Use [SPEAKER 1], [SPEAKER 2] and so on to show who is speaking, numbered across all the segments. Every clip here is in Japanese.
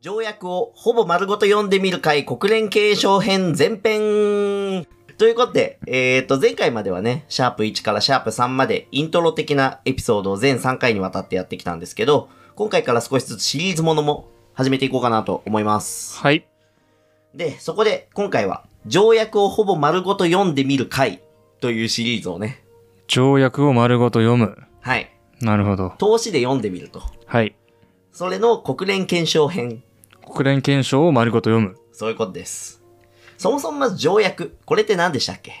[SPEAKER 1] 条約をほぼ丸ごと読んでみる会国連継承編前編ということで、えっ、と、前回まではね、シャープ1からシャープ3までイントロ的なエピソードを全3回にわたってやってきたんですけど、今回から少しずつシリーズものも始めていこうかなと思います。
[SPEAKER 2] はい。
[SPEAKER 1] で、そこで今回は、条約をほぼ丸ごと読んでみる会というシリーズをね、
[SPEAKER 2] 条約を丸ごと読む。
[SPEAKER 1] はい、
[SPEAKER 2] なるほど。
[SPEAKER 1] 投資で読んでみると。
[SPEAKER 2] はい。
[SPEAKER 1] それの国連憲章編。
[SPEAKER 2] 国連憲章を丸ごと読む。
[SPEAKER 1] そういうことです。そもそもまず条約。これって何でしたっけ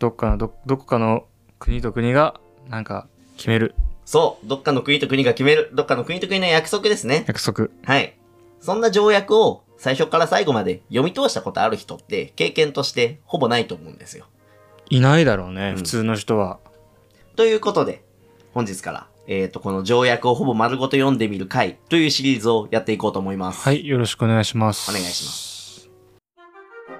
[SPEAKER 2] どっかの、ど、どこかの国と国が、なんか、決める。
[SPEAKER 1] そう。どっかの国と国が決める。どっかの国と国の約束ですね。
[SPEAKER 2] 約束。
[SPEAKER 1] はい。そんな条約を最初から最後まで読み通したことある人って経験としてほぼないと思うんですよ。
[SPEAKER 2] いないだろうね、
[SPEAKER 1] うん
[SPEAKER 2] 普通の人は。
[SPEAKER 1] ということで、本日から、えっ、と、この条約をほぼ丸ごと読んでみる回というシリーズをやっていこうと思います。
[SPEAKER 2] はい、よろしくお願いします。。
[SPEAKER 1] お願いします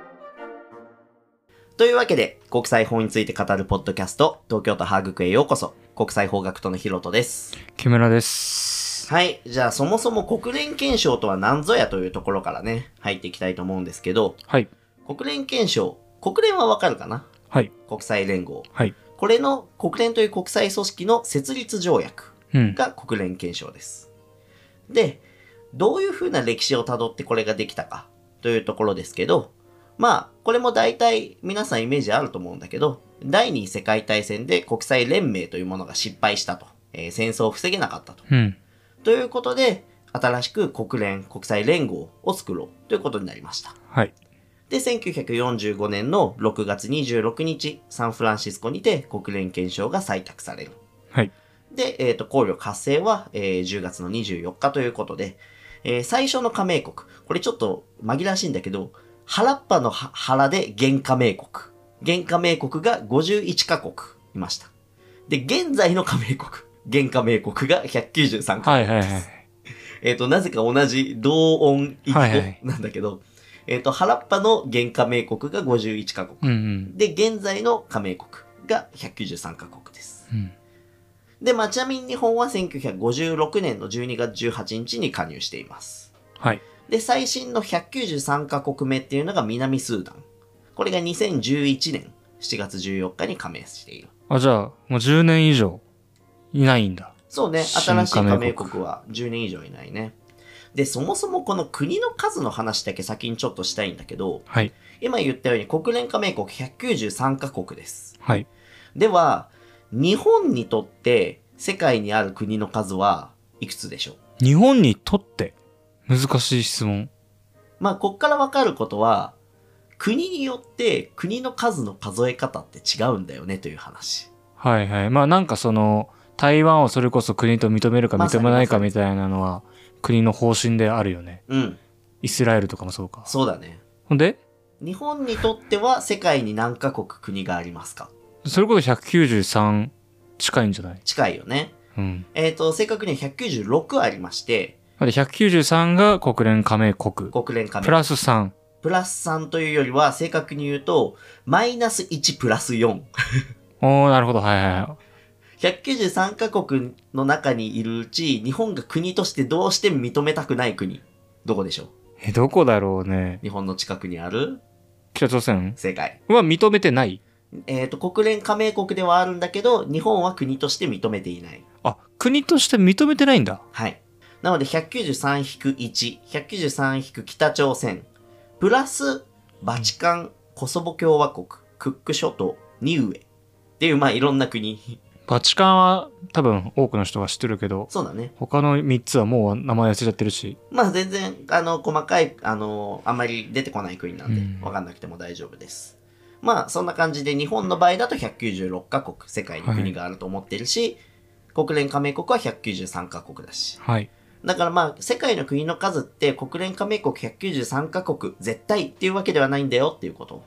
[SPEAKER 1] というわけで、国際法について語るポッドキャスト、東京都ハーグクへようこそ、国際法学徒のヒロトです。
[SPEAKER 2] 木村です。
[SPEAKER 1] はい。じゃあ、そもそも国連憲章とは何ぞやというところからね、入っていきたいと思うんですけど、
[SPEAKER 2] はい。
[SPEAKER 1] 国連憲章、国連はわかるかな
[SPEAKER 2] はい。
[SPEAKER 1] 国際連合。
[SPEAKER 2] はい。
[SPEAKER 1] これの国連という国際組織の設立条約
[SPEAKER 2] うん。
[SPEAKER 1] が国連憲章です。で、どういうふうな歴史をたどってこれができたかというところですけど、まあ、これも大体皆さんイメージあると思うんだけど、第二次世界大戦で国際連盟というものが失敗したと。えー戦争を防げなかったと。
[SPEAKER 2] うん。
[SPEAKER 1] ということで、新しく国連、国際連合を作ろうということになりました。
[SPEAKER 2] はい。
[SPEAKER 1] で、1945年の6月26日、サンフランシスコにて国連憲章が採択される。
[SPEAKER 2] はい。
[SPEAKER 1] で、えっ、と、考慮活性は、えー10月の24日ということで、えー最初の加盟国。これちょっと紛らわしいんだけど、原っぱのは原で原加盟国。原加盟国が51カ国いました。で、現在の加盟国。原加盟国が193カ
[SPEAKER 2] はい
[SPEAKER 1] 国。
[SPEAKER 2] はいはい。
[SPEAKER 1] えっ、と、なぜか同じ同音異
[SPEAKER 2] はいはい
[SPEAKER 1] 語なんだけど、えっ、と、原っぱの原加盟国が51カ国。
[SPEAKER 2] うんうん。
[SPEAKER 1] で、現在の加盟国が193カ国です。
[SPEAKER 2] うん。
[SPEAKER 1] で、まあ、ちなみに日本は1956年の12月18日に加入しています。
[SPEAKER 2] はい。
[SPEAKER 1] で、最新の193カ国目っていうのが南スーダン。これが2011年7月14日に加盟している。
[SPEAKER 2] あ、じゃあ、もう10年以上、いないんだ。
[SPEAKER 1] そうね、
[SPEAKER 2] 新
[SPEAKER 1] 新
[SPEAKER 2] 加盟
[SPEAKER 1] しい加盟
[SPEAKER 2] 国
[SPEAKER 1] 国は10年以上いないね。で、そもそもこの国の数の話だけ先にちょっとしたいんだけど、
[SPEAKER 2] はい。
[SPEAKER 1] 今言ったように国連加盟国193カ国です。
[SPEAKER 2] はい。
[SPEAKER 1] では、日本にとって世界にある国の数はいくつでしょう
[SPEAKER 2] 日本にとって、難しい質問。
[SPEAKER 1] まあ、こっからわかることは、国によって国の数の数え方って違うんだよねという話。
[SPEAKER 2] はいはい。まあなんかその、台湾をそれこそ国と認めるか認めないかみたいなのは、国の方針であるよね。
[SPEAKER 1] うん、
[SPEAKER 2] イスラエルとかもそうか。
[SPEAKER 1] そうだね。
[SPEAKER 2] ほんで、
[SPEAKER 1] 日本にとっては世界に何カ国国がありますか
[SPEAKER 2] それこそ193近いんじゃない
[SPEAKER 1] 近いよね。
[SPEAKER 2] うん。
[SPEAKER 1] えっ、と、正確には196ありまして、
[SPEAKER 2] だって193が国連加盟国。
[SPEAKER 1] 国連加盟。
[SPEAKER 2] プラス3。
[SPEAKER 1] プラス3というよりは、正確に言うと、マイナス1プラス4。
[SPEAKER 2] おー、なるほど。はいはいは
[SPEAKER 1] 193カ国の中にいるうち、日本が国としてどうしても認めたくない国。どこでしょう
[SPEAKER 2] い。え、どこだろうね。
[SPEAKER 1] 日本の近くにある
[SPEAKER 2] 北朝鮮
[SPEAKER 1] 正解。
[SPEAKER 2] は認めてない
[SPEAKER 1] えっ、と、国連加盟国ではあるんだけど、日本は国として認めていない。
[SPEAKER 2] あ、国として認めてないんだ。
[SPEAKER 1] はい。なので、193-1、193-1北朝鮮、プラス、バチカン、コソボ共和国、クック諸島、ニウエ。っていう、まあ、いろんな国。
[SPEAKER 2] バチカンは多分多くの人が知ってるけど、
[SPEAKER 1] そうだね。
[SPEAKER 2] 他の3つはもう名前忘れちゃってるし。
[SPEAKER 1] まあ、全然、あの、細かい、あの、あんまり出てこない国なんで
[SPEAKER 2] うん、
[SPEAKER 1] わかんなくても大丈夫です。まあ、そんな感じで、日本の場合だと196カ国、世界に国があると思ってるし、国連加盟国は193カ国だし。
[SPEAKER 2] はい。
[SPEAKER 1] だからまあ、世界の国の数って国連加盟国193カ国絶対っていうわけではないんだよっていうことを、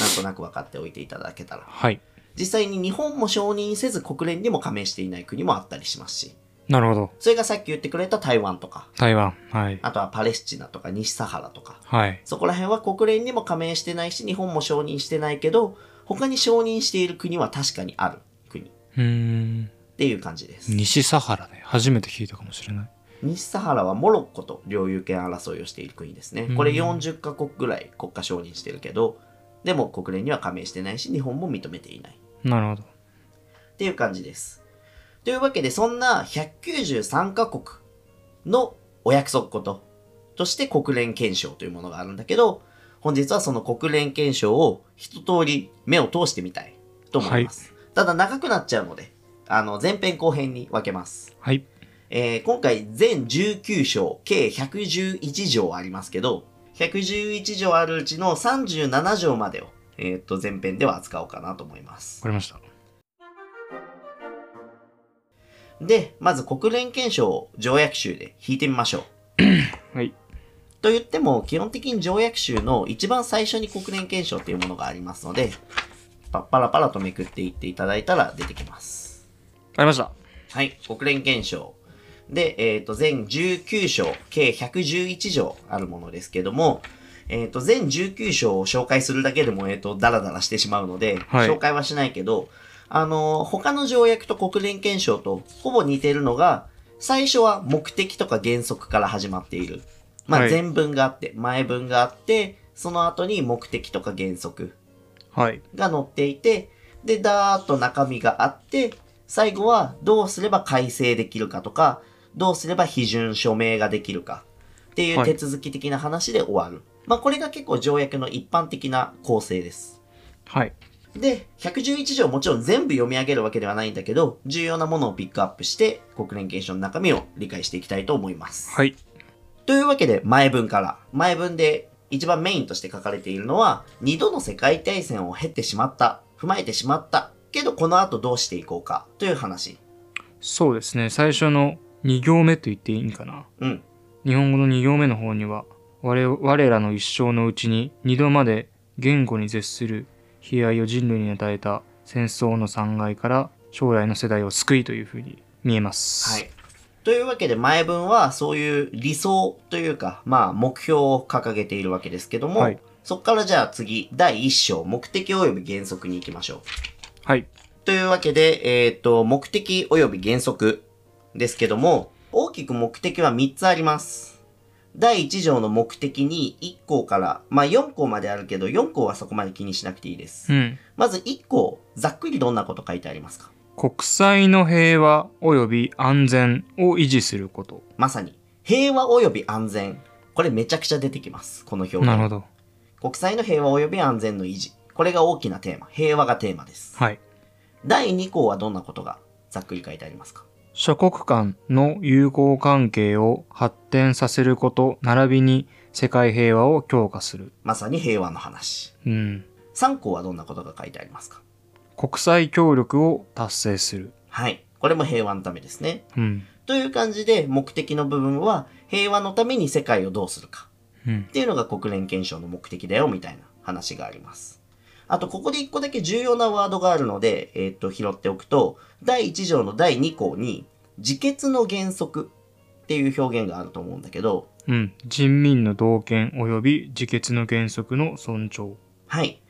[SPEAKER 1] なんとなく分かっておいていただけたら。
[SPEAKER 2] はい。
[SPEAKER 1] 実際に日本も承認せず国連にも加盟していない国もあったりしますし、
[SPEAKER 2] なるほど。
[SPEAKER 1] それがさっき言ってくれた台湾とか、
[SPEAKER 2] 台湾。はい。
[SPEAKER 1] あとはパレスチナとか西サハラとか、
[SPEAKER 2] はい。
[SPEAKER 1] そこら辺は国連にも加盟してないし、日本も承認してないけど、他に承認している国は確かにある国。
[SPEAKER 2] うーん。
[SPEAKER 1] っっていう感じです。
[SPEAKER 2] 西サハラね。初めて聞いたかもしれない。
[SPEAKER 1] 西サハラはモロッコと領有権争いをしている国ですね。これ
[SPEAKER 2] うん
[SPEAKER 1] 40カ国ぐらい国家承認してるけど、でも国連には加盟してないし、日本も認めていない。
[SPEAKER 2] なるほど。
[SPEAKER 1] っていう感じです。というわけで、そんな193カ国のお約束こととして国連憲章というものがあるんだけど、本日はその国連憲章を一通り目を通してみたいと思います。ただ長くなっちゃうので、あの、前編後編に分けます。
[SPEAKER 2] はい。
[SPEAKER 1] えー今回全19章、計111条ありますけど、111条あるうちの37条までを、えーっと、前編では扱おうかなと思います
[SPEAKER 2] わ。かりました。
[SPEAKER 1] で、まず国連憲章を条約集で引いてみましょう。
[SPEAKER 2] はい。
[SPEAKER 1] と言っても、基本的に条約集の一番最初に国連憲章というものがありますので、パッパラパラとめくっていっていただいたら出てきます。
[SPEAKER 2] ありました。
[SPEAKER 1] はい、国連憲章。で、えっ、と、全19章、計111条あるものですけども、えっ、と、全19章を紹介するだけでも、えっ、と、ダラダラしてしまうので、
[SPEAKER 2] はい
[SPEAKER 1] 紹介はしないけど、あのー他の条約と国連憲章とほぼ似てるのが、最初は目的とか原則から始まっている。まあ、
[SPEAKER 2] はい
[SPEAKER 1] 前文があって、前文があって、その後に目的とか原則
[SPEAKER 2] はい。
[SPEAKER 1] が載っていて、で、だーっと中身があって、最後はどうすれば改正できるかとか、どうすれば批准署名ができるかっていう
[SPEAKER 2] はい
[SPEAKER 1] 手続き的な話で終わる。まあこれが結構条約の一般的な構成です。
[SPEAKER 2] はい。
[SPEAKER 1] で、111条もちろん全部読み上げるわけではないんだけど、重要なものをピックアップして国連憲章の中身を理解していきたいと思います。
[SPEAKER 2] はい。
[SPEAKER 1] というわけで前文から前文で一番メインとして書かれているのは二度の世界大戦を経てしまった踏まえてしまったけどこの後どうしていこうかという話
[SPEAKER 2] そうですね。最初の2行目と言っていいんかな。
[SPEAKER 1] うん
[SPEAKER 2] 日本語の2行目の方には我我らの一生のうちに2度まで言語に絶する悲哀を人類に与えた戦争の残骸から将来の世代を救いというふうに見えます。
[SPEAKER 1] はいというわけで前文はそういう理想というかまあ目標を掲げているわけですけども、
[SPEAKER 2] はい
[SPEAKER 1] そこからじゃあ次第1章目的及び原則に行きましょう
[SPEAKER 2] はい。
[SPEAKER 1] というわけで、えっ、と、目的及び原則ですけども、大きく目的は3つあります。第1条の目的に1項から、まあ4項まであるけど、4項はそこまで気にしなくていいです。
[SPEAKER 2] うん。
[SPEAKER 1] まず1項、ざっくりどんなこと書いてありますか
[SPEAKER 2] 国際の平和及び安全を維持すること。
[SPEAKER 1] まさに、平和及び安全。これめちゃくちゃ出てきます。この表現。
[SPEAKER 2] なるほど。
[SPEAKER 1] 国際の平和及び安全の維持。これが大きなテーマ。平和がテーマです。
[SPEAKER 2] はい。
[SPEAKER 1] 第2項はどんなことがざっくり書いてありますか
[SPEAKER 2] 諸国間の友好関係を発展させること、並びに世界平和を強化する。
[SPEAKER 1] まさに平和の話。
[SPEAKER 2] うん。
[SPEAKER 1] 3項はどんなことが書いてありますか
[SPEAKER 2] 国際協力を達成する。
[SPEAKER 1] はい。これも平和のためですね。
[SPEAKER 2] うん。
[SPEAKER 1] という感じで、目的の部分は、平和のために世界をどうするか。
[SPEAKER 2] うん
[SPEAKER 1] っ。ていうのが国連憲章の目的だよ、みたいな話があります。あと、ここで1個だけ重要なワードがあるので、えーっと、拾っておくと、第1条の第2項に、自決の原則っていう表現があると思うんだけど、
[SPEAKER 2] うん。人民の同権及び自決の原則の尊重。
[SPEAKER 1] はい。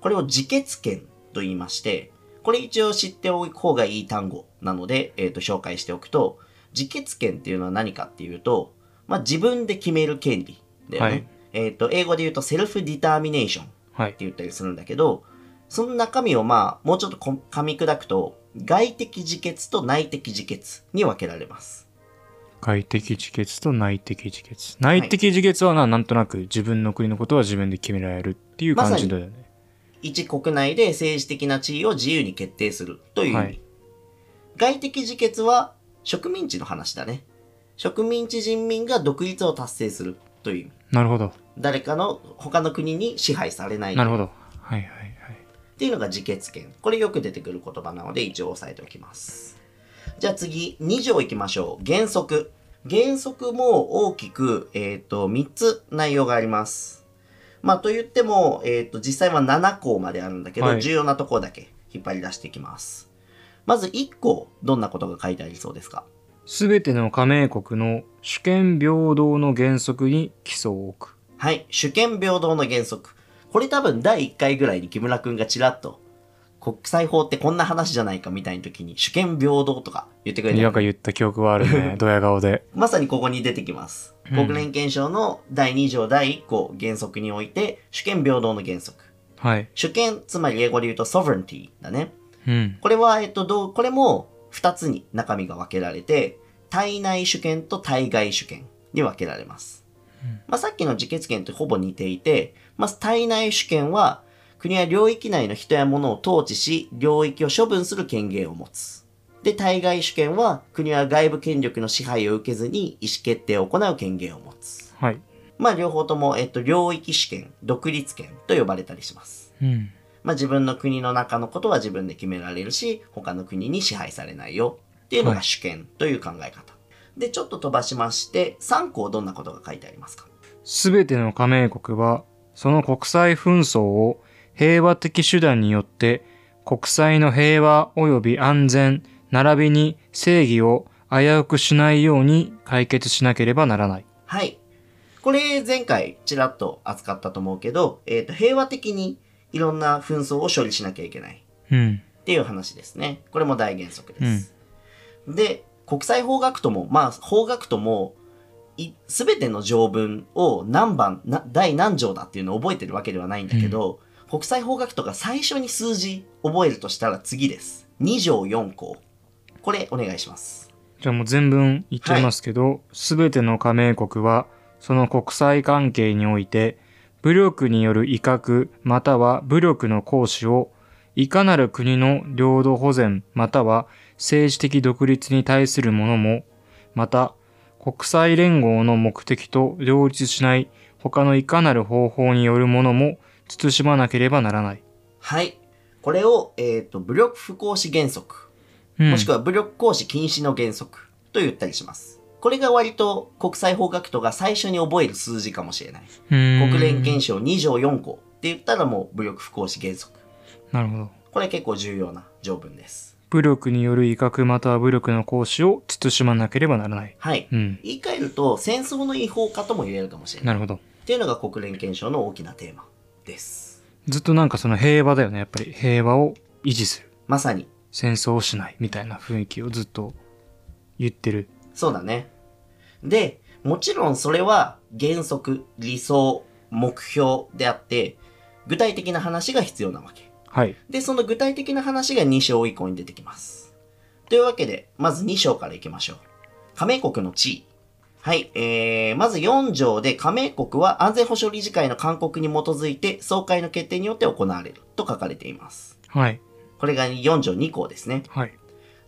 [SPEAKER 1] これを自決権と言いまして、これ一応知っておく方がいい単語なので、えっ、と、紹介しておくと、自決権っていうのは何かっていうと、まあ、自分で決める権利だよね。
[SPEAKER 2] はい
[SPEAKER 1] えっ、と、英語で言うと、セルフディターミネーションって
[SPEAKER 2] はい。
[SPEAKER 1] 言ったりするんだけど、その中身をまあ、もうちょっとこ噛み砕くと、外的自決と内的自決に分けられます。
[SPEAKER 2] 外的自決と内的自決。内的自決はな、なんとなく自分の国のことは自分で決められるっていう感じだよね。
[SPEAKER 1] 一国内で政治的な地位を自由に決定するという意味。
[SPEAKER 2] はい
[SPEAKER 1] 外的自決は植民地の話だね。植民地人民が独立を達成するという意味。
[SPEAKER 2] なるほど。
[SPEAKER 1] 誰かの他の国に支配されない
[SPEAKER 2] なる
[SPEAKER 1] っ
[SPEAKER 2] ほど。はいはいはい。
[SPEAKER 1] ていうのが自決権。これよく出てくる言葉なので一応押さえておきます。じゃあ次、2条いきましょう。原則。原則も大きく、えっ、と、3つ内容があります。まあ、と言っても、えっ、と、実際は7項まであるんだけど、
[SPEAKER 2] はい
[SPEAKER 1] 重要なところだけ引っ張り出していきます。まず1項、どんなことが書いてありそうですか
[SPEAKER 2] すべての加盟国の主権平等の原則に基礎を置く。
[SPEAKER 1] はい。主権平等の原則。これ多分第1回ぐらいに木村くんがちらっと国際法ってこんな話じゃないかみたいな時に主権平等とか言ってくれ
[SPEAKER 2] な
[SPEAKER 1] た
[SPEAKER 2] んか言った記憶はある ね。ドヤ顔で。
[SPEAKER 1] まさにここに出てきます。
[SPEAKER 2] うん
[SPEAKER 1] 国連憲章の第2条第1項原則において、主権平等の原則。
[SPEAKER 2] はい。
[SPEAKER 1] 主権、つまり英語で言うと sovereignty だね。
[SPEAKER 2] うん。
[SPEAKER 1] これは、えっと、どう、これも2つに中身が分けられて、体内主権と体外主権に分けられます。
[SPEAKER 2] うん
[SPEAKER 1] まあ、さっきの自決権とほぼ似ていて、まず体内主権は、国は領域内の人や物を統治し、領域を処分する権限を持つ。で、対外主権は、国は外部権力の支配を受けずに意思決定を行う権限を持つ。
[SPEAKER 2] はい。
[SPEAKER 1] まあ、両方とも、えっと、領域主権、独立権と呼ばれたりします。
[SPEAKER 2] うん。
[SPEAKER 1] まあ、自分の国の中のことは自分で決められるし、他の国に支配されないよっていうの
[SPEAKER 2] は
[SPEAKER 1] が
[SPEAKER 2] い
[SPEAKER 1] 主権という考え方。で、ちょっと飛ばしまして、3項どんなことが書いてありますか
[SPEAKER 2] すべての加盟国は、その国際紛争を平和的手段によって、国際の平和及び安全、並びに正義を危うくしないように解決しなければならない。
[SPEAKER 1] はい。これ前回ちらっと扱ったと思うけど、えっ、と、平和的にいろんな紛争を処理しなきゃいけない
[SPEAKER 2] うん。
[SPEAKER 1] っていう話ですね。これも大原則です。で、国際法学とも、まあ、法学とも、すべての条文を何番、な第何条だっていうのを覚えてるわけではないんだけど、国際法学とか最初に数字覚えるとしたら次です。2条4項。これお願いします。
[SPEAKER 2] じゃあもう全文言っちゃいますけど、すべ、ての加盟国は、その国際関係において、武力による威嚇または武力の行使を、いかなる国の領土保全または政治的独立に対するものも、また、国際連合の目的と両立しない他のいかなる方法によるものも、慎まなければならない。
[SPEAKER 1] はい。これを、えっ、と、武力不行使原則
[SPEAKER 2] うん
[SPEAKER 1] もしくは武力行使禁止の原則と言ったりします。これが割と国際法学徒が最初に覚える数字かもしれない。
[SPEAKER 2] うん
[SPEAKER 1] 国連憲章2条4項って言ったらもう武力不行使原則。
[SPEAKER 2] なるほど。
[SPEAKER 1] これ結構重要な条文です。
[SPEAKER 2] 武力による威嚇または武力の行使を慎まなければならない。
[SPEAKER 1] はい。
[SPEAKER 2] うん。
[SPEAKER 1] 言い換えると戦争の違法化とも言えるかもしれない。
[SPEAKER 2] なるほど。
[SPEAKER 1] っていうのが国連憲章の大きなテーマです。
[SPEAKER 2] ずっとなんかその平和だよね。やっぱり平和を維持する。
[SPEAKER 1] まさに、
[SPEAKER 2] 戦争をしないみたいな雰囲気をずっと言ってる。
[SPEAKER 1] そうだね。で、もちろんそれは原則、理想、目標であって、具体的な話が必要なわけ。
[SPEAKER 2] はい。
[SPEAKER 1] で、その具体的な話が2章以降に出てきます。というわけで、まず2章からいきましょう。加盟国の地位。はい、えー、まず4条で加盟国は安全保障理事会の勧告に基づいて総会の決定によって行われると書かれています。
[SPEAKER 2] はい。
[SPEAKER 1] これが4条2項ですね。
[SPEAKER 2] はい。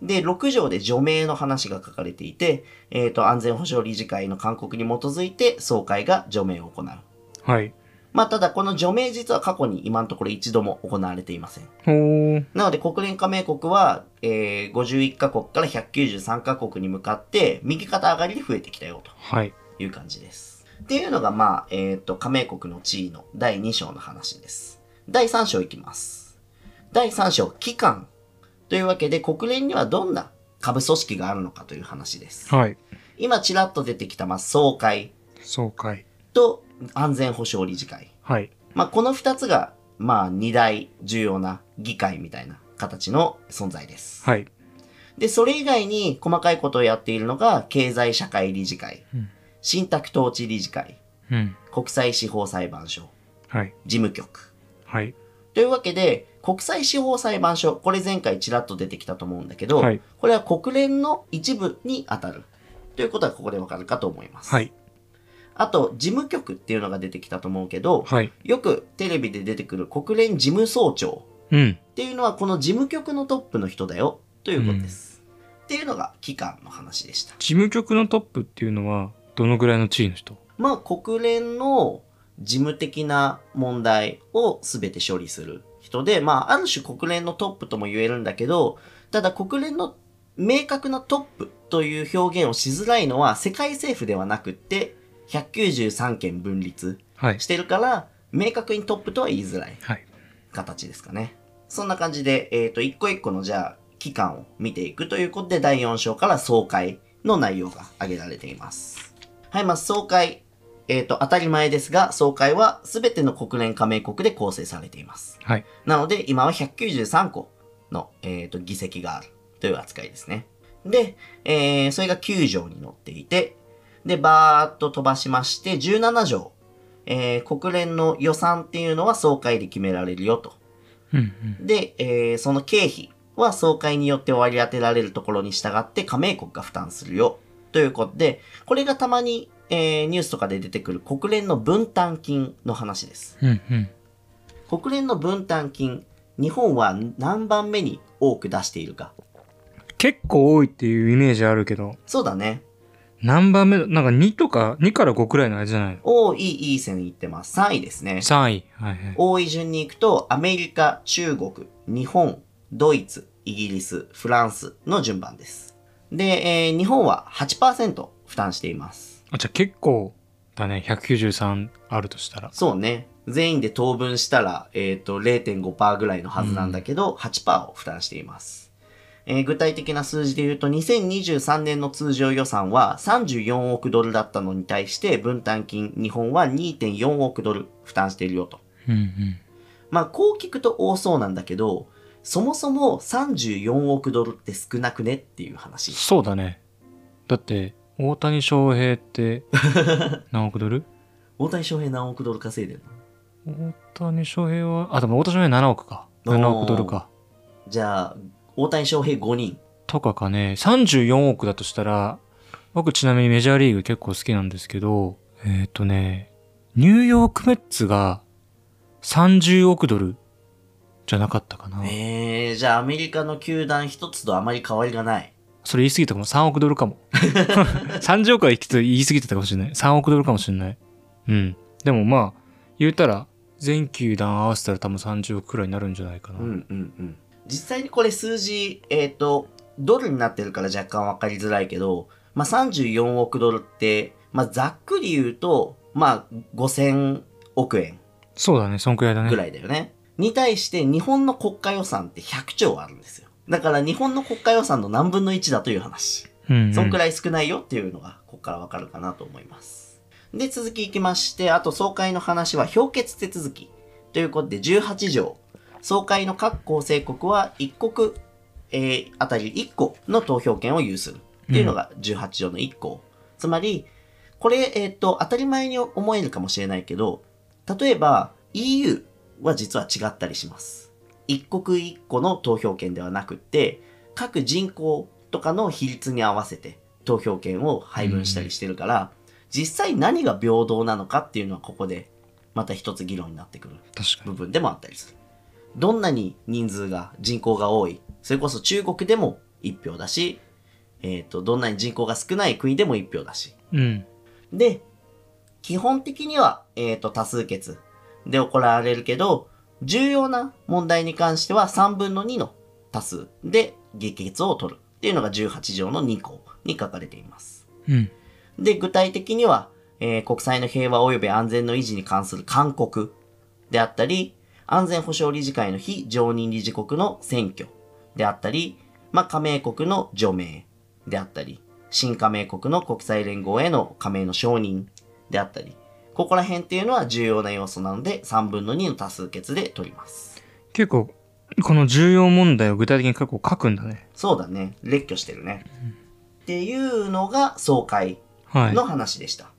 [SPEAKER 1] で、6条で除名の話が書かれていて、えー、と、安全保障理事会の勧告に基づいて総会が除名を行う。
[SPEAKER 2] はい。
[SPEAKER 1] まあ、ただこの除名実は過去に今のところ一度も行われていません。
[SPEAKER 2] ほー。
[SPEAKER 1] なので国連加盟国は、えー、51カ国から193カ国に向かって右肩上がりで増えてきたよ
[SPEAKER 2] はい。
[SPEAKER 1] という感じです。っていうのが、まあ、えっ、と、加盟国の地位の第2章の話です。第3章いきます。第3章、機関。というわけで国連にはどんな下部組織があるのかという話です。
[SPEAKER 2] はい。
[SPEAKER 1] 今ちらっと出てきた、まあ、総会
[SPEAKER 2] 総会。
[SPEAKER 1] と安全保障理事会。
[SPEAKER 2] はい。
[SPEAKER 1] まあ、この2つが、まあ、2大重要な議会みたいな形の存在です。
[SPEAKER 2] はい。
[SPEAKER 1] で、それ以外に細かいことをやっているのが、経済社会理事会、
[SPEAKER 2] うん
[SPEAKER 1] 信託統治理事会、
[SPEAKER 2] うん。
[SPEAKER 1] 国際司法裁判所、
[SPEAKER 2] はい。
[SPEAKER 1] 事務局。
[SPEAKER 2] はい。
[SPEAKER 1] というわけで、国際司法裁判所、これ前回ちらっと出てきたと思うんだけど、
[SPEAKER 2] はい
[SPEAKER 1] これは国連の一部に当たる。ということはここでわかるかと思います。
[SPEAKER 2] はい。
[SPEAKER 1] あと、事務局っていうのが出てきたと思うけど、
[SPEAKER 2] はい。
[SPEAKER 1] よくテレビで出てくる国連事務総長
[SPEAKER 2] うん。
[SPEAKER 1] っていうのはこの事務局のトップの人だよということです。っていうのが機関の話でした。
[SPEAKER 2] 事務局のトップっていうのは、どのぐらいの地位の人
[SPEAKER 1] まあ国連の事務的な問題を全て処理する人で、まあある種国連のトップとも言えるんだけど、ただ国連の明確なトップという表現をしづらいのは世界政府ではなくって193県分立
[SPEAKER 2] はい
[SPEAKER 1] し。てるから明確にトップとは言いづらい
[SPEAKER 2] はい。
[SPEAKER 1] 形ですかね。そんな感じで、えっ、と、一個一個のじゃあ期間を見ていくということで第4章から総会の内容が挙げられています。はい、まず総会。えっ、と、当たり前ですが、総会は全ての国連加盟国で構成されています。
[SPEAKER 2] はい。
[SPEAKER 1] なので、今は193個の、えー、と議席があるという扱いですね。で、えーそれが9条に載っていて、で、バーっと飛ばしまして、17条、えー国連の予算っていうのは総会で決められるよと。
[SPEAKER 2] うんうん。
[SPEAKER 1] で、えーその経費は総会によって割り当てられるところに従って加盟国が負担するよということで、これがたまに、えーニュースとかで出てくる国連の分担金の話です。
[SPEAKER 2] うんうん。
[SPEAKER 1] 国連の分担金、日本は何番目に多く出しているか。
[SPEAKER 2] 結構多いっていうイメージあるけど、
[SPEAKER 1] そうだね。
[SPEAKER 2] 何番目だなんか2とか、2から5くらいのあれじゃないの
[SPEAKER 1] 多い、いい線いってます。3位ですね。
[SPEAKER 2] ?3 位。はいはい。
[SPEAKER 1] 多い順に行くと、アメリカ、中国、日本、ドイツ、イギリス、フランスの順番です。で、えー日本は8%負担しています。
[SPEAKER 2] あ、じゃあ結構だね。193あるとしたら。
[SPEAKER 1] そうね。全員で当分したら、えっ、と、0.5%ぐらいのはずなんだけど、8%を負担しています。えー具体的な数字で言うと、2023年の通常予算は34億ドルだったのに対して、分担金日本は2.4億ドル負担しているよと。
[SPEAKER 2] うんうん。
[SPEAKER 1] まあ、こう聞くと多そうなんだけど、そもそも34億ドルって少なくねっていう話。
[SPEAKER 2] そうだね。だって、大谷翔平 って、何億ドル
[SPEAKER 1] 大谷翔平何億ドル稼いでるの
[SPEAKER 2] 大谷翔平は、あ、でも大谷翔平7億か。7億ドルか。
[SPEAKER 1] じゃあ、大谷翔平5人。
[SPEAKER 2] とかかね、34億だとしたら、僕ちなみにメジャーリーグ結構好きなんですけど、えっ、とね、ニューヨークメッツが30億ドルじゃなかったかな。
[SPEAKER 1] えー、じゃあアメリカの球団一つとあまり変わりがない。
[SPEAKER 2] それ言い過ぎたかも。3億ド ルかも。30億は言い過ぎてたかもしれない。3億ドルかもしれない。うん。でもまあ、言うたら、全球団合わせたら多分30億くらいになるんじゃないかな。
[SPEAKER 1] うんうんうん。実際にこれ数字、えっ、と、ドルになってるから若干わかりづらいけど、まあ、34億ドルって、まあ、ざっくり言うと、まあ、5000億円
[SPEAKER 2] そうだね、そんくらいだね。
[SPEAKER 1] ぐらいだよね。に対して日本の国家予算って100兆あるんですよ。だから日本の国家予算の何分の1だという話。
[SPEAKER 2] うん、うん。
[SPEAKER 1] そんく
[SPEAKER 2] い。
[SPEAKER 1] らい少ないよっていうのが、ここからわかるかなと思います。で、続きいきまして、あと総会の話は評決手続き。ということで、18条。総会の各構成国は1国、えーあたり1個の投票権を有する。っていうのが18条の1項。つまり、これ、えっ、と、当たり前に思えるかもしれないけど、例えば EU は実は違ったりします。一国一個の投票権ではなくって、各人口とかの比率に合わせて投票権を配分したりしてるから、実際何が平等なのかっていうのはここでまた一つ議論になってくる
[SPEAKER 2] 確か
[SPEAKER 1] 部
[SPEAKER 2] に。
[SPEAKER 1] 分でもあったりする。どんなに人数が、人口が多い、それこそ中国でも1票だし、えっ、と、どんなに人口が少ない国でも1票だし。
[SPEAKER 2] うん。
[SPEAKER 1] で、基本的には、えっ、と、多数決で行われるけど、重要な問題に関しては3分の2の多数で議決を取るっていうのが18条の2項に書かれています。
[SPEAKER 2] うん。
[SPEAKER 1] で、具体的には、えー国際の平和及び安全の維持に関する勧告であったり、安全保障理事会の非常任理事国の選挙であったり、まあ、加盟国の除名であったり、新加盟国の国際連合への加盟の承認であったり、ここら辺っていうのは重要な要素なので、3分の2の多数決で取ります。
[SPEAKER 2] 結構、この重要問題を具体的に過去書くんだね。
[SPEAKER 1] そうだね。列挙してるね。っていうのが総会
[SPEAKER 2] はい。
[SPEAKER 1] の話でした。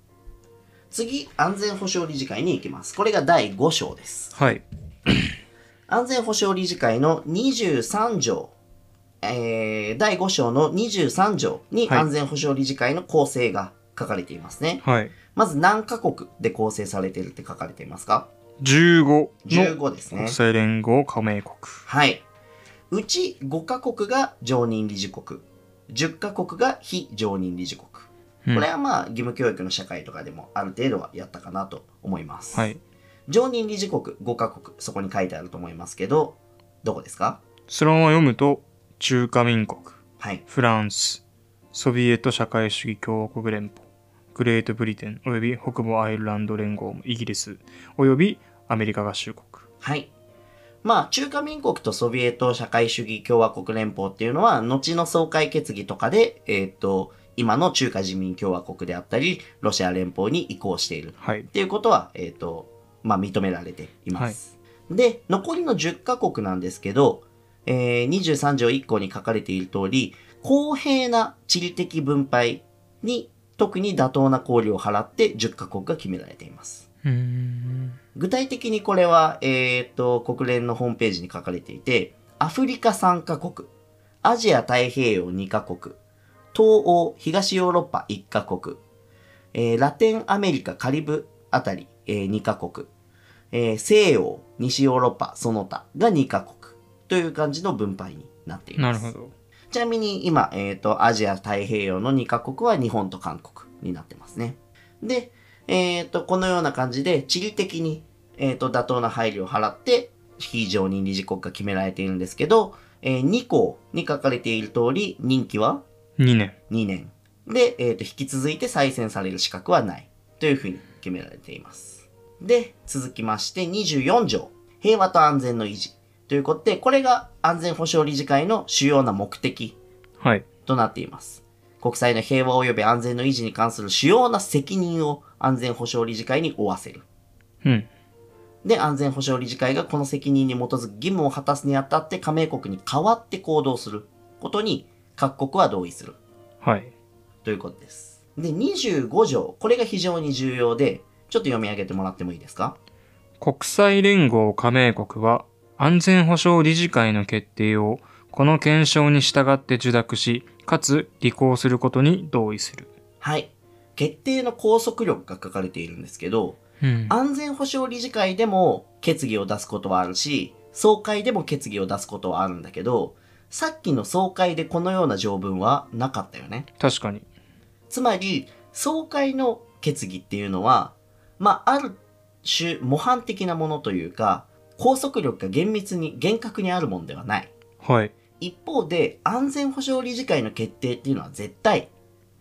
[SPEAKER 1] 次、安全保障理事会に行きます。これが第5章です。
[SPEAKER 2] はい。
[SPEAKER 1] 安全保障理事会の23条、えー、第5章の23条に
[SPEAKER 2] はい
[SPEAKER 1] 安全保障理事会の構成が書かれていますね。
[SPEAKER 2] はい。
[SPEAKER 1] まず何カ国で構成されているって書かれていますか
[SPEAKER 2] 15の
[SPEAKER 1] ?15 ですね
[SPEAKER 2] 国。際連合加盟国。
[SPEAKER 1] はい。うち5カ国が常任理事国、10カ国が非常任理事国。
[SPEAKER 2] うん
[SPEAKER 1] これはまあ義務教育の社会とかでもある程度はやったかなと思います。
[SPEAKER 2] はい。
[SPEAKER 1] 常任理事国5カ国、そこに書いてあると思いますけど、どこですか
[SPEAKER 2] そのまま読むと、中華民国、
[SPEAKER 1] はい。
[SPEAKER 2] フランス、ソビエト社会主義共和国連邦、グレートブリテン及び北部アイルランド連合、イギリス及びアメリカ合衆国。
[SPEAKER 1] はい。まあ、中華民国とソビエト社会主義共和国連邦っていうのは、後の総会決議とかで、えっ、と、今の中華人民共和国であったり、ロシア連邦に移行している。
[SPEAKER 2] はい
[SPEAKER 1] っ。ていうことは、えっ、と、まあ、認められています。で、残りの10カ国なんですけど、えー23条1項に書かれている通り、公平な地理的分配に特に妥当な考慮を払って10カ国が決められています。
[SPEAKER 2] うーん。
[SPEAKER 1] 具体的にこれは、えーっと、国連のホームページに書かれていて、アフリカ3カ国、アジア太平洋2カ国、東欧、東ヨーロッパ1カ国、えーラテンアメリカ、カリブあたり、え2カ国、えー西欧、西ヨーロッパ、その他が2カ国という感じの分配になってい
[SPEAKER 2] な
[SPEAKER 1] ま
[SPEAKER 2] る
[SPEAKER 1] す。
[SPEAKER 2] ほど。
[SPEAKER 1] ちなみに今、えっ、と、アジア太平洋の2カ国は日本と韓国になってますね。で、えっ、と、このような感じで地理的に、えっ、と、妥当な配慮を払って、非常任理事国が決められているんですけど、え2項に書かれている通り、任期は
[SPEAKER 2] 2年。
[SPEAKER 1] 2年。で、えっ、と、引き続いて再選される資格はない。というふうに決められています。で、続きまして24条。平和と安全の維持。ということで、これが安全保障理事会の主要な目的
[SPEAKER 2] はい。
[SPEAKER 1] となっています。国際の平和及び安全の維持に関する主要な責任を安全保障理事会に負わせる。
[SPEAKER 2] うん。
[SPEAKER 1] で、安全保障理事会がこの責任に基づく義務を果たすにあたって加盟国に代わって行動することに各国は同意する
[SPEAKER 2] はい。
[SPEAKER 1] ということです。で、25条、これが非常に重要で、ちょっと読み上げてもらってもいいですか
[SPEAKER 2] 国際連合加盟国は安全保障理事会の決定をこの憲章に従って受諾し、かつ履行することに同意する。
[SPEAKER 1] はい。決定の拘束力が書かれているんですけど、
[SPEAKER 2] うん。
[SPEAKER 1] 安全保障理事会でも決議を出すことはあるし、総会でも決議を出すことはあるんだけど、さっきの総会でこのような条文はなかったよね。
[SPEAKER 2] 確かに。
[SPEAKER 1] つまり、総会の決議っていうのは、まあ、ある種模範的なものというか、拘束力が厳密に、厳格にあるものではない。
[SPEAKER 2] はい。
[SPEAKER 1] 一方で、安全保障理事会の決定っていうのは絶対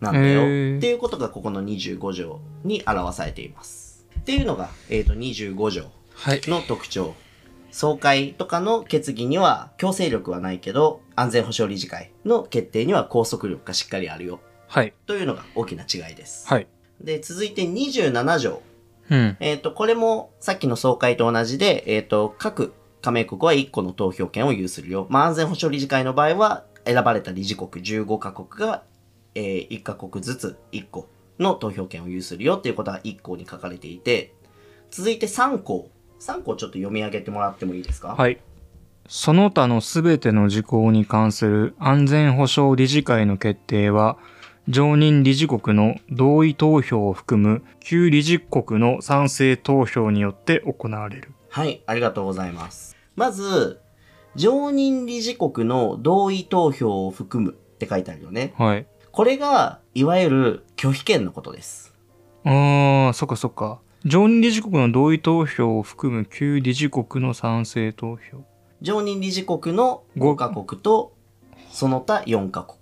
[SPEAKER 1] なんだ
[SPEAKER 2] へ
[SPEAKER 1] よ
[SPEAKER 2] ー
[SPEAKER 1] っていうことがここの25条に表されています。っていうのが、えっ、と、25条。
[SPEAKER 2] はい。
[SPEAKER 1] の特徴総会とかの決議には強制力はないけど安全保障理事会の決定には拘束力がしっかりあるよ
[SPEAKER 2] はい。
[SPEAKER 1] というのが大きな違いです、
[SPEAKER 2] はい。
[SPEAKER 1] で続いて27条、
[SPEAKER 2] うん。
[SPEAKER 1] えっとこれもさっきの総会と同じで、えっと各加盟国は1個の投票権を有するよ、まあ、安全保障理事会の場合は選ばれた理事国15カ国が、え1カ国ずつ1個の投票権を有するよっていうことは1項に書かれていて続いて3項3項ちょっと読み上げてもらってもいいですか
[SPEAKER 2] はい。その他のすべての事項に関する安全保障理事会の決定は、常任理事国の同意投票を含む旧理事国の賛成投票によって行われる。
[SPEAKER 1] はい、ありがとうございます。まず、常任理事国の同意投票を含むって書いてあるよね。
[SPEAKER 2] はい。
[SPEAKER 1] これが、いわゆる拒否権のことです。
[SPEAKER 2] ああ、そっかそっか。常任理事国の同意投票を含む旧理事国の賛成投票。
[SPEAKER 1] 常任理事国の5
[SPEAKER 2] ご
[SPEAKER 1] カ国と、その他4カ国。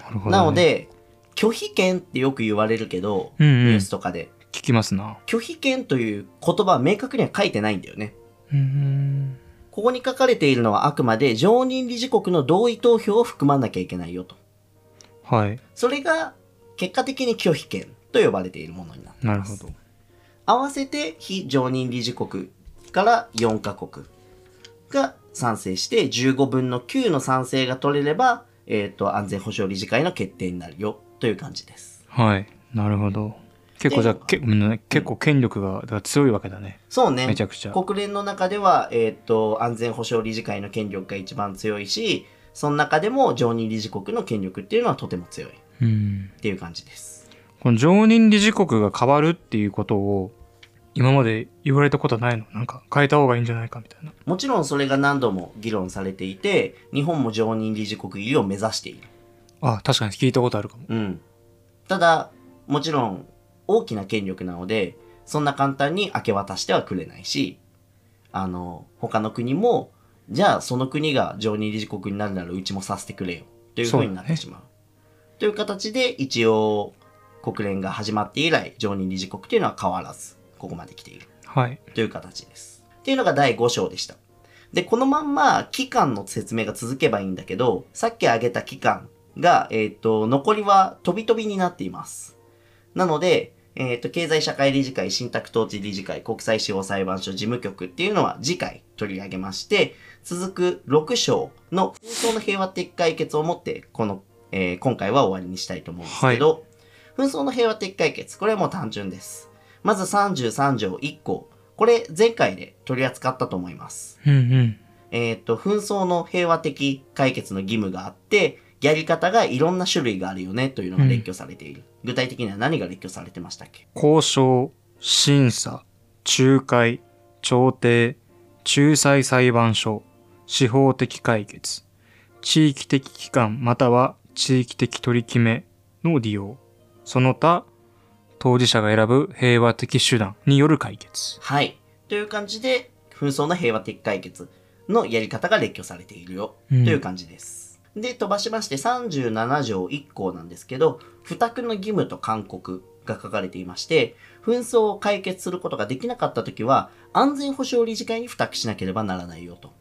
[SPEAKER 2] なるほど、
[SPEAKER 1] なの、で、拒否権ってよく言われるけど、
[SPEAKER 2] うん
[SPEAKER 1] ニュ
[SPEAKER 2] うん
[SPEAKER 1] ース。とかで。
[SPEAKER 2] 聞きますな。
[SPEAKER 1] 拒否権という言葉は明確には書いてないんだよね。
[SPEAKER 2] うん。
[SPEAKER 1] ここに書かれているのはあくまで常任理事国の同意投票を含まなきゃいけないよと。
[SPEAKER 2] はい。
[SPEAKER 1] それが結果的に拒否権と呼ばれているものになってい
[SPEAKER 2] なる
[SPEAKER 1] ます
[SPEAKER 2] ほど。
[SPEAKER 1] 合わせて非常任理事国から4カ国が賛成して15分の9の賛成が取れれば、えっと安全保障理事会の決定になるよという感じです
[SPEAKER 2] はい。なるほど。結構じゃあ、けごめんなさい結構権力がだから強いわけだね。
[SPEAKER 1] そうね
[SPEAKER 2] めちゃくちゃ。
[SPEAKER 1] 国連の中では、えっと安全保障理事会の権力が一番強いしその中でも常任理事国の権力っていうのはとても強いっ
[SPEAKER 2] うん。
[SPEAKER 1] ていう感じです
[SPEAKER 2] この常任理事国が変わるっていうことを、今まで言われたことないのなんか変えた方がいいんじゃないかみたいな。
[SPEAKER 1] もちろんそれが何度も議論されていて日本も常任理事国入りを目指している
[SPEAKER 2] あ、確かに聞いたことあるかも。
[SPEAKER 1] うん。ただ、もちろん大きな権力なので、そんな簡単に明け渡してはくれないし、あの、他の国も、じゃあその国が常任理事国になるならうちもさせてくれよ、というふうになってしまう。という形で、一応、国連が始まって以来、常任理事国というのは変わらず、ここまで来ている。
[SPEAKER 2] はい。
[SPEAKER 1] という形です。っていうのが第5章でした。で、このまんま期間の説明が続けばいいんだけど、さっき挙げた期間が、えっ、と、残りは飛び飛びになっています。なので、えっ、と、経済社会理事会、信託統治理事会、国際司法裁判所事務局っていうのは次回取り上げまして、続く6章の紛争の平和的解決をもって、この、えー今回は終わりにしたいと思うんですけど、紛争の平和的解決、これはもう単純です。まず33条1項、これ前回で取り扱ったと思います。
[SPEAKER 2] うんうん。
[SPEAKER 1] えっ、と、紛争の平和的解決の義務があって、やり方がいろんな種類があるよねというのが列挙されている。具体的には何が列挙されてましたっけ
[SPEAKER 2] 交渉、審査、仲介、調停、仲裁裁判所、司法的解決、地域的機関または地域的取り決めの利用、その他、当事者が選ぶ平和的手段による解決。
[SPEAKER 1] はい。という感じで、紛争の平和的解決のやり方が列挙されているよ、
[SPEAKER 2] うん
[SPEAKER 1] という感じです。で、飛ばしまして37条1項なんですけど、付託の義務と勧告が書かれていまして、紛争を解決することができなかったときは、安全保障理事会に付託しなければならないよと。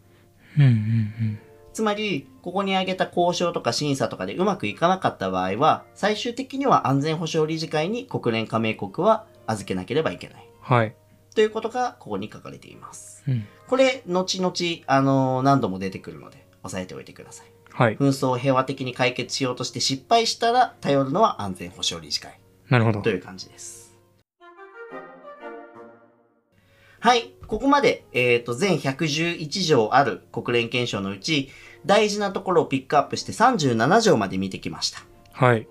[SPEAKER 2] うんうん
[SPEAKER 1] つまり、ここに挙げた交渉とか審査とかでうまくいかなかった場合は、最終的には安全保障理事会に国連加盟国は預けなければいけない。
[SPEAKER 2] うん。はい。
[SPEAKER 1] ということが、ここに書かれています。
[SPEAKER 2] うん
[SPEAKER 1] これ、後々、あのー何度も出てくるので、押さえておいてください。
[SPEAKER 2] はい。
[SPEAKER 1] 紛争を平和的に解決しようとして失敗したら、頼るのは安全保障理事会。
[SPEAKER 2] なるほど
[SPEAKER 1] と。いう感じです。はい、ここまで、えっ、と、全111条ある国連憲章のうち、大事なところをピックアップして37条まで見てきました。
[SPEAKER 2] はい。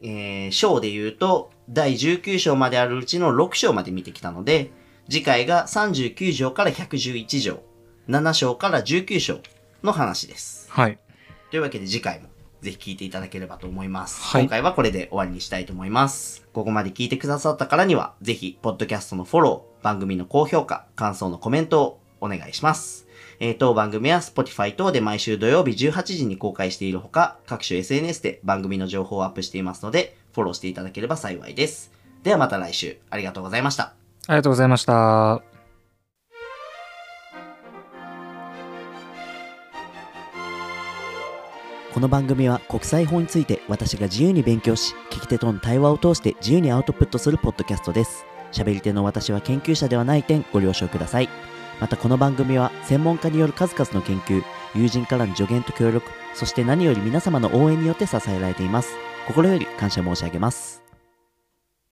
[SPEAKER 1] えー章で言うと、第19章まであるうちの6章まで見てきたので、次回が39条から111条、7章から19章の話です。
[SPEAKER 2] はい。
[SPEAKER 1] というわけで次回もぜひ聞いていただければと思います。
[SPEAKER 2] はい
[SPEAKER 1] 今回はこれで終わりにしたいと思います。ここまで聞いてくださったからには、ぜひ、ポッドキャストのフォロー、番組の高評価、感想のコメントをお願いします。えー、当番組は Spotify 等で毎週土曜日18時に公開しているほか、各種 SNS で番組の情報をアップしていますので、フォローしていただければ幸いです。ではまた来週、ありがとうございました。
[SPEAKER 2] ありがとうございました。
[SPEAKER 1] この番組は国際法について私が自由に勉強し、聞き手との対話を通して自由にアウトプットするポッドキャストです。喋り手の私は研究者ではない点ご了承ください。またこの番組は専門家による数々の研究、友人からの助言と協力、そして何より皆様の応援によって支えられています。心より感謝申し上げます。